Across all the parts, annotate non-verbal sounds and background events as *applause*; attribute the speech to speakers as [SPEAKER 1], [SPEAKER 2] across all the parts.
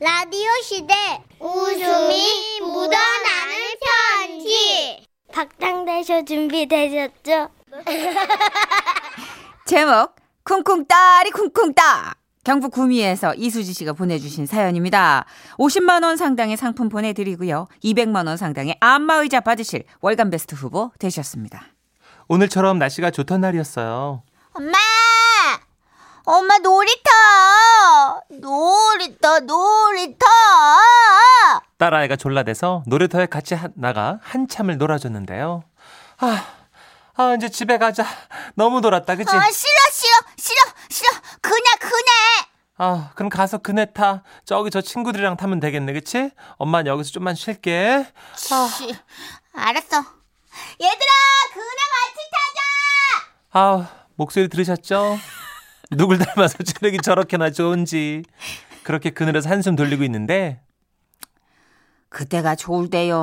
[SPEAKER 1] 라디오 시대 웃음이 묻어나는 편지 박장대쇼 준비되셨죠?
[SPEAKER 2] 제목 쿵쿵따리 쿵쿵따 경북 구미에서 이수지 씨가 보내주신 사연입니다. 50만 원 상당의 상품 보내드리고요. 200만 원 상당의 안마의자 받으실 월간 베스트 후보 되셨습니다.
[SPEAKER 3] 오늘처럼 날씨가 좋던 날이었어요.
[SPEAKER 1] 엄마 엄마 놀이터 놀이터 놀이터
[SPEAKER 3] 딸아이가 졸라대서 놀이터에 같이 하- 나가 한참을 놀아줬는데요. 아, 아 이제 집에 가자. 너무 놀았다, 그치?
[SPEAKER 1] 아 싫어 싫어 싫어 싫어 그냥 그냥
[SPEAKER 3] 아, 그럼 가서 그네 타. 저기 저 친구들이랑 타면 되겠네, 그치? 엄마는 여기서 좀만 쉴게.
[SPEAKER 1] 씨, 알았어 얘들아 그냥 같이 타자
[SPEAKER 3] 아, 목소리 들으셨죠? 누굴 닮아서 체력이 저렇게나 좋은지. 그렇게 그늘에서 한숨 돌리고 있는데
[SPEAKER 2] 그때가 좋을 때요.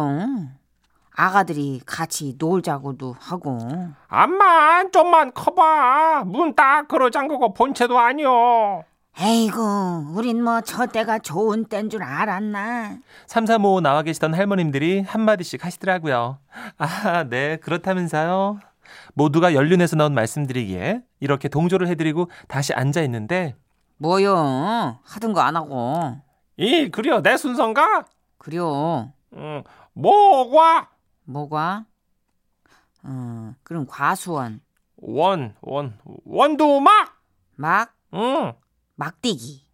[SPEAKER 2] 아가들이 같이 놀자고도 하고.
[SPEAKER 4] 암만 좀만 커봐. 문 딱 걸어 잠그고 본체도 아니오.
[SPEAKER 2] 에이구, 우린 뭐 저때가 좋은 땐 줄 알았나.
[SPEAKER 3] 3355 나와 계시던 할머님들이 한마디씩 하시더라고요. 아, 네, 그렇다면서요. 모두가 연륜에서 나온 말씀드리기에 이렇게 동조를 해드리고 다시 앉아있는데
[SPEAKER 2] 뭐요? 하던 거 안 하고.
[SPEAKER 4] 이 그려 내 순서인가?
[SPEAKER 2] 그려.
[SPEAKER 4] 음, 뭐가?
[SPEAKER 2] 뭐가? 음, 그럼 과수원.
[SPEAKER 4] 원, 원, 원두막.
[SPEAKER 2] 막,
[SPEAKER 4] 응,
[SPEAKER 2] 막대기.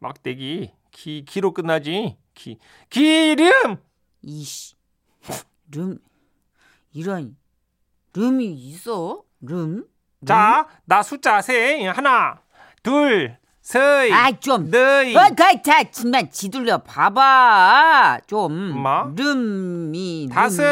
[SPEAKER 4] 막대기. 기, 기로 끝나지. 기, 기름.
[SPEAKER 2] 이씨. 름. 이런. 름이 있어? 름? 름?
[SPEAKER 4] 자, 나 숫자 세. 하나, 둘, 셋,
[SPEAKER 2] 아이, 좀.
[SPEAKER 4] 넷.
[SPEAKER 2] 어, 그, 자, 정말 지둘려 봐봐. 좀.
[SPEAKER 4] 마?
[SPEAKER 2] 름이. 름.
[SPEAKER 4] 다섯,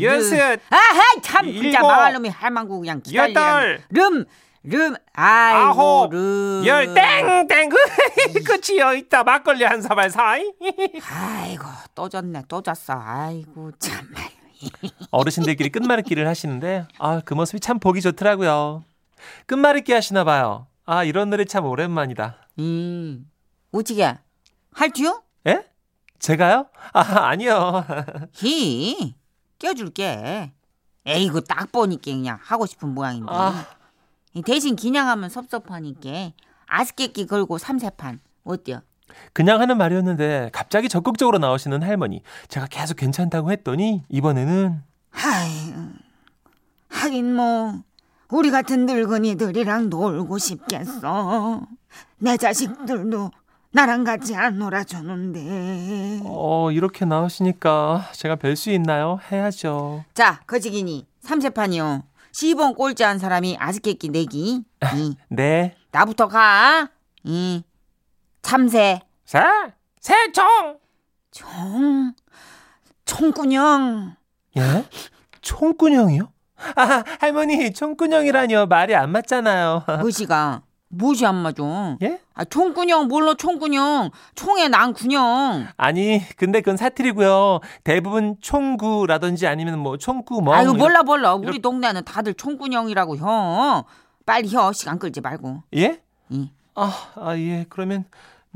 [SPEAKER 4] 여섯.
[SPEAKER 2] 음. 아하, 참. 진짜
[SPEAKER 4] 일곱,
[SPEAKER 2] 망할 놈이 할망구 그냥 기다리라.
[SPEAKER 4] 여덟,
[SPEAKER 2] 름. 름. 아이고,
[SPEAKER 4] 아홉,
[SPEAKER 2] 름.
[SPEAKER 4] 열 땡땡 *laughs* 그치여 있다 막걸리 한 사발 사이
[SPEAKER 2] 아이고, 또 졌네. 또 졌어. 아이고, 참말.
[SPEAKER 3] 어르신들끼리 끝말잇기를 하시는데 아, 그 모습이 참 보기 좋더라고요. 끝말잇기 하시나 봐요. 아, 이런 노래 참 오랜만이다.
[SPEAKER 2] 음. 오지게. 할지요?
[SPEAKER 3] 에? 제가요? 아, 아니요. *laughs*
[SPEAKER 2] 히 껴줄게. 에이구 딱 보니까 그냥 하고 싶은 모양인데
[SPEAKER 3] 아.
[SPEAKER 2] 이 대신 기냥하면 섭섭하니까 아스케끼 걸고 삼세판 어때요?
[SPEAKER 3] 그냥 하는 말이었는데 갑자기 적극적으로 나오시는 할머니. 제가 계속 괜찮다고 했더니 이번에는
[SPEAKER 2] 하이, 하긴 뭐 우리 같은 늙은이들이랑 놀고 싶겠어. 내 자식들도 나랑 같이 안 놀아주는데.
[SPEAKER 3] 어 이렇게 나오시니까 제가 뵐 수 있나요? 해야죠.
[SPEAKER 2] 자 거지기니 삼세판이요. 시범 꼴찌한 사람이 아스케끼 내기. 이.
[SPEAKER 3] 네.
[SPEAKER 2] 나부터 가. 이 참새
[SPEAKER 4] 세 세총
[SPEAKER 2] 총 총구녕.
[SPEAKER 3] 예? 총꾼형이요? 아 할머니 총꾼형이라니요 말이 안 맞잖아요.
[SPEAKER 2] 무시가 무시 안 맞아.
[SPEAKER 3] 예?
[SPEAKER 2] 아 총구녕 뭘로 총구녕 총에 난 구녕.
[SPEAKER 3] 아니 근데 그건 사투리고요. 대부분 총구라든지 아니면 뭐 총구멍.
[SPEAKER 2] 아유 몰라 몰라 우리 동네는 다들 총구녕이라고 혀. 빨리 혀 시간 끌지 말고.
[SPEAKER 3] 예?
[SPEAKER 2] 이.
[SPEAKER 3] 아예 그러면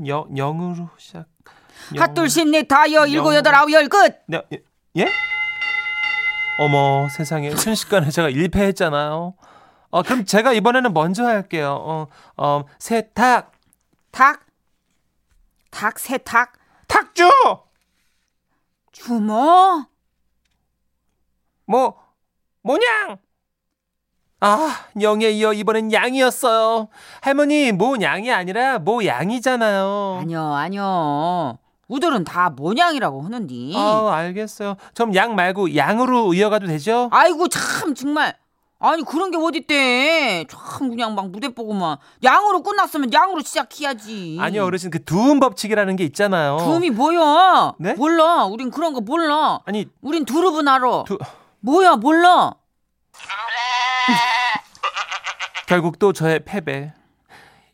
[SPEAKER 3] 영 영으로 시작. 영.
[SPEAKER 2] 핫둘 셋넷 다여 일곱
[SPEAKER 3] 영.
[SPEAKER 2] 여덟 아홉 열 끝.
[SPEAKER 3] 네, 예? 예? 어머 세상에 순식간에 제가 1패했잖아요. 어, 그럼 제가 이번에는 먼저 할게요. 어, 어, 세탁
[SPEAKER 2] 닭. 닭 세탁
[SPEAKER 4] 탁주
[SPEAKER 2] 주모
[SPEAKER 4] 뭐 뭐냥
[SPEAKER 3] 아 영에 이어 이번엔 양이었어요. 할머니 모 양이 아니라 모 양이잖아요.
[SPEAKER 2] 아니요 아니요 우들은 다 모냥이라고 하는디
[SPEAKER 3] 아 알겠어요. 그럼 양 말고 양으로 이어가도 되죠?
[SPEAKER 2] 아이고 참 정말 아니 그런 게 어딨대 참 그냥 막 무대 보고만 양으로 끝났으면 양으로 시작해야지
[SPEAKER 3] 아니요 어르신 그 두음 법칙이라는 게 있잖아요.
[SPEAKER 2] 두음이 뭐야
[SPEAKER 3] 네?
[SPEAKER 2] 몰라 우린 그런 거 몰라
[SPEAKER 3] 아니
[SPEAKER 2] 우린 두릅은 알아
[SPEAKER 3] 두-
[SPEAKER 2] 뭐야 몰라
[SPEAKER 3] 결국 또 저의 패배.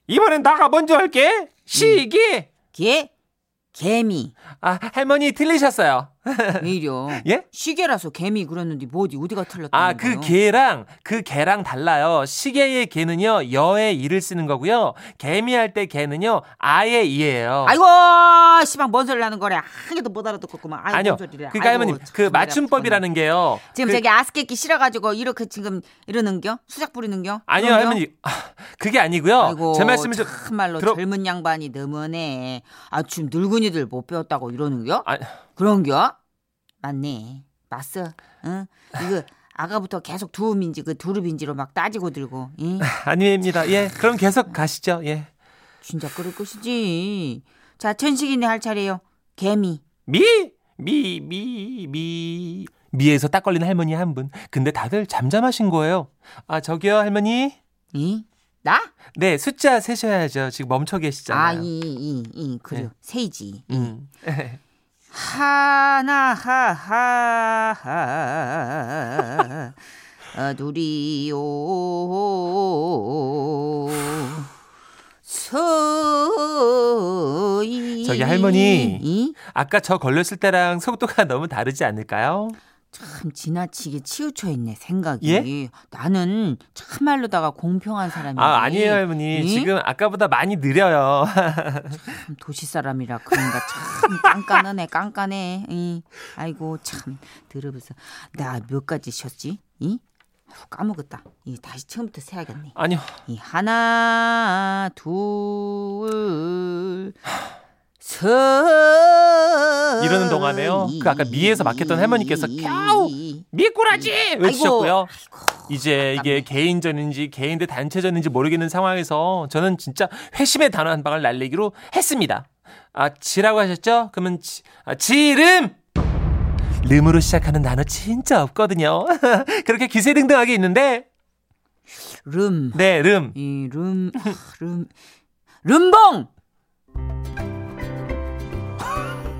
[SPEAKER 4] 이번엔 나가 먼저 할게 시기
[SPEAKER 2] 개 개미
[SPEAKER 3] 아 할머니 틀리셨어요.
[SPEAKER 2] 왜 이려?
[SPEAKER 3] *laughs* 예?
[SPEAKER 2] 시계라서 개미 그랬는데 뭐 어디 어디가 틀렸다.
[SPEAKER 3] 아, 그 개랑 그 개랑 달라요. 시계의 개는요, 여의 이를 쓰는 거고요. 개미할 때 개는요, 아의 이예요.
[SPEAKER 2] 아이고 씨발 뭔 소리 하는 거래. 한 개도 못 알아듣겠구만. 아이고,
[SPEAKER 3] 아니요.
[SPEAKER 2] 뭔 소리래.
[SPEAKER 3] 그러니까
[SPEAKER 2] 아이고,
[SPEAKER 3] 할머님, 그
[SPEAKER 2] 참,
[SPEAKER 3] 맞춤법이라는 게요.
[SPEAKER 2] 지금
[SPEAKER 3] 그-
[SPEAKER 2] 저기 아스케끼 싫어가지고 이렇게 지금 이러는겨? 수작 부리는겨?
[SPEAKER 3] 아니요,
[SPEAKER 2] 그런겨?
[SPEAKER 3] 할머니. 아, 그게 아니고요.
[SPEAKER 2] 아이고,
[SPEAKER 3] 제 말씀을 좀
[SPEAKER 2] 참말로
[SPEAKER 3] 들어-
[SPEAKER 2] 젊은 양반이 너무네. 아, 지금 늙은이들 못 배웠다고 이러는겨?
[SPEAKER 3] 아,
[SPEAKER 2] 그런겨? 맞네. 맞어. 응? 이거 아까부터 계속 두음인지 그 두릅인지로 막 따지고 들고. 응?
[SPEAKER 3] 아닙니다. 예. 그럼 계속 가시죠. 예.
[SPEAKER 2] 진짜 그럴 것이지. 자, 천식이네 할 차례요. 개미.
[SPEAKER 3] 미! 미, 미, 미. 미에서 딱 걸린 할머니 한 분. 근데 다들 잠잠하신 거예요. 아, 저기요, 할머니.
[SPEAKER 2] 이? 나?
[SPEAKER 3] 네, 숫자 세셔야죠. 지금 멈춰
[SPEAKER 2] 아,
[SPEAKER 3] 계시잖아요. 네.
[SPEAKER 2] 이, 이, 이. 그래. 요 세이지.
[SPEAKER 3] 음. *laughs*
[SPEAKER 2] 하나 하하 아, 하 누리요 서이
[SPEAKER 3] 저기 할머니.
[SPEAKER 2] 이?
[SPEAKER 3] 아까 저 걸렸을 때랑 속도가 *laughs* 너무 다르지 않을까요?
[SPEAKER 2] 참 지나치게 치우쳐 있네 생각이
[SPEAKER 3] 예?
[SPEAKER 2] 나는 참말로다가 공평한 사람이
[SPEAKER 3] 아, 아니에요, 할머니.
[SPEAKER 2] 이?
[SPEAKER 3] 지금 아까보다 많이 느려요. *laughs*
[SPEAKER 2] 참 도시 사람이라 그런가 참 깐깐하네 깐깐해 이 아이고 참 들어보소 나 몇 가지 쉬었지 이 아이고, 까먹었다 이 다시 처음부터 세야겠네
[SPEAKER 3] 아니요.
[SPEAKER 2] 이 하나 둘 서.
[SPEAKER 3] 이러는 동안에요. 그 아까 미에서 막혔던 할머니께서 겨우 미꾸라지! 외치셨고요. 이제
[SPEAKER 2] 아, 네.
[SPEAKER 3] 이게 개인전인지 개인대 단체전인지 모르겠는 상황에서 저는 진짜 회심의 단어 한 방을 날리기로 했습니다. 아, 지라고 하셨죠? 그러면 지, 아, 지름! 름으로 시작하는 단어 진짜 없거든요. *laughs* 그렇게 기세등등하게 있는데,
[SPEAKER 2] 름.
[SPEAKER 3] 네, 름.
[SPEAKER 2] 이 름, 아, 름, 름봉!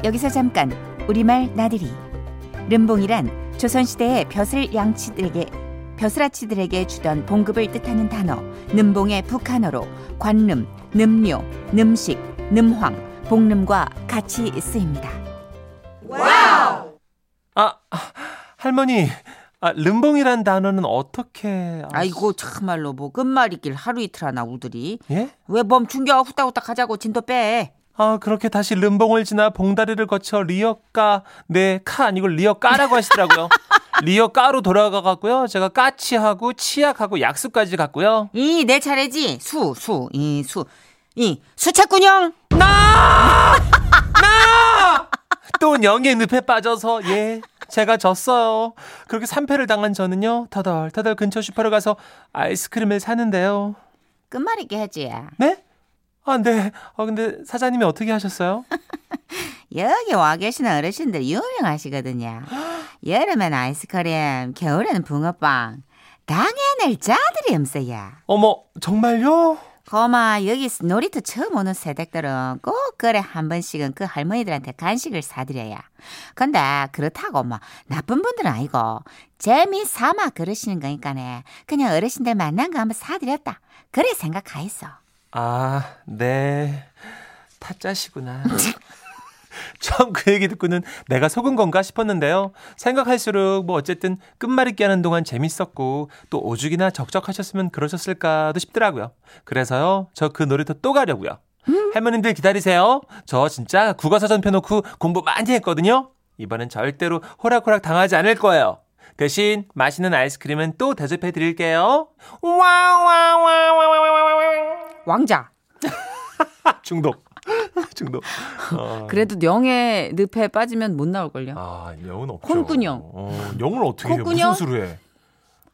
[SPEAKER 2] 여기서 잠깐 우리말 나들이 름봉이란 조선시대의 벼슬 양치들에게 벼슬아치들에게 주던 봉급을 뜻하는 단어 는봉의 북한어로 관름, 는묘, 는식, 는황, 복름과 같이 쓰입니다.
[SPEAKER 3] 아, 아, 할머니, 아, 름봉이란 단어는 어떻게. 아,
[SPEAKER 2] 아이고 참말로 뭐 끝말잇길 하루 이틀 하나 우들이
[SPEAKER 3] 예?
[SPEAKER 2] 왜 멈춘겨 후딱후딱 하자고 진도 빼.
[SPEAKER 3] 아, 그렇게 다시 름봉을 지나 봉다리를 거쳐 리어까, 네, 카 아니고 리어까라고 하시더라고요. 리어까로 돌아가갖고요. 제가 까치하고 치약하고 약수까지 갔고요.
[SPEAKER 2] 이 내 차례지 수 수 이 수 이 수채꾼형
[SPEAKER 3] 또 영의 늪에 빠져서, 예, 제가 졌어요. 그렇게 3패를 당한 저는요, 터덜터덜 근처 슈퍼를 가서 아이스크림을 사는데요.
[SPEAKER 2] 끝말잇기 해지
[SPEAKER 3] 네? 아, 네. 아, 근데 사장님이 어떻게 하셨어요?
[SPEAKER 2] 여기 와 계시는 어르신들 유명하시거든요 여름엔 아이스크림 겨울에는 붕어빵 당연히 자들이 없어요
[SPEAKER 3] 어머, 정말요?
[SPEAKER 2] 고마 여기 놀이터 처음 오는 새댁들은 꼭 그래 한 번씩은 그 할머니들한테 간식을 사드려야 근데 그렇다고 뭐 나쁜 분들은 아니고 재미삼아 그러시는 거니까네 그냥 어르신들 만난 거 한번 사드렸다 그래 생각하였어
[SPEAKER 3] 아, 네. 타짜시구나. 처음 그 얘기 듣고는 내가 속은 건가 싶었는데요. 생각할수록 뭐 어쨌든 끝말잇기 하는 동안 재밌었고 또 오죽이나 적적하셨으면 그러셨을까도 싶더라고요. 그래서요. 저 그 놀이터 또 가려고요. 할머님들 기다리세요. 저 진짜 국어사전 펴놓고 공부 많이 했거든요. 이번엔 절대로 호락호락 당하지 않을 거예요. 대신 맛있는 아이스크림은 또 대접해 드릴게요. 와와와와와와와
[SPEAKER 2] 왕자
[SPEAKER 3] 중독. 중독. 어.
[SPEAKER 5] 그래도 영의 늪에 빠지면 못 나올걸요.
[SPEAKER 6] 아, 영은 없죠.
[SPEAKER 5] 콩군형.
[SPEAKER 6] 어, 영을 어떻게 해요?
[SPEAKER 5] 콩군형?
[SPEAKER 6] 무슨 수를 해?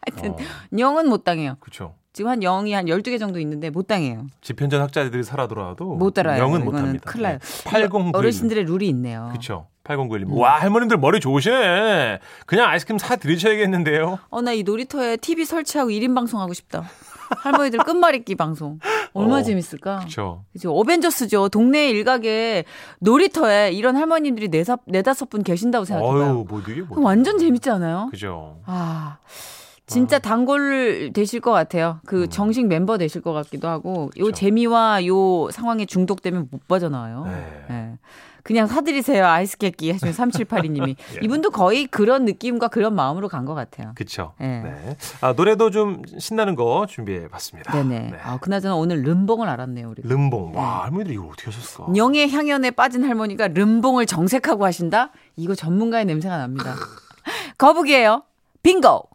[SPEAKER 5] 하여튼
[SPEAKER 6] 어,
[SPEAKER 5] 영은 못 당해요.
[SPEAKER 6] 그렇죠.
[SPEAKER 5] 지금 한 영이 한 12개 정도 있는데 못 당해요.
[SPEAKER 6] 집현전 학자들이 살아 돌아와도
[SPEAKER 5] 못 따라요.
[SPEAKER 6] 영은 못
[SPEAKER 5] 이거는
[SPEAKER 6] 합니다.
[SPEAKER 5] 큰일 나요.
[SPEAKER 6] 8091.
[SPEAKER 5] 어르신들의 음. 룰이 있네요.
[SPEAKER 6] 그렇죠. 8091님. 와, 할머님들 머리 좋으시네. 그냥 아이스크림 사 드리셔야겠는데요.
[SPEAKER 5] 어, 나 이 놀이터에 TV 설치하고 1인 방송하고 싶다. 할머니들 끝말잇기 방송. 얼마나
[SPEAKER 6] 어,
[SPEAKER 5] 재밌을까?
[SPEAKER 6] 그렇죠.
[SPEAKER 5] 그죠. 어벤져스죠. 동네 일각에 놀이터에 이런 할머님들이 네사, 네다섯 분 계신다고 생각해봐요.
[SPEAKER 6] 어유, 뭐 되게 뭐.
[SPEAKER 5] 그럼 완전 재밌지 않아요?
[SPEAKER 6] 그죠.
[SPEAKER 5] 아,
[SPEAKER 2] 진짜 단골 되실 것 같아요. 그 정식 멤버 되실 것 같기도 하고 요 재미와 요 상황에 중독되면 못 빠져나와요.
[SPEAKER 3] 네.
[SPEAKER 2] 예. 그냥 사드리세요 아이스케끼 하시면 3782님이 이분도 거의 그런 느낌과 그런 마음으로 간 것 같아요.
[SPEAKER 3] 그쵸.
[SPEAKER 2] 예.
[SPEAKER 3] 네. 아, 노래도 좀 신나는 거 준비해 봤습니다.
[SPEAKER 2] 네네. 아 그나저나 오늘 름봉을 알았네요 우리.
[SPEAKER 3] 름봉. 와, 할머니들 이걸 어떻게 하셨을까?
[SPEAKER 2] 영의 향연에 빠진 할머니가 름봉을 정색하고 하신다? 이거 전문가의 냄새가 납니다. 거북이에요. 빙고!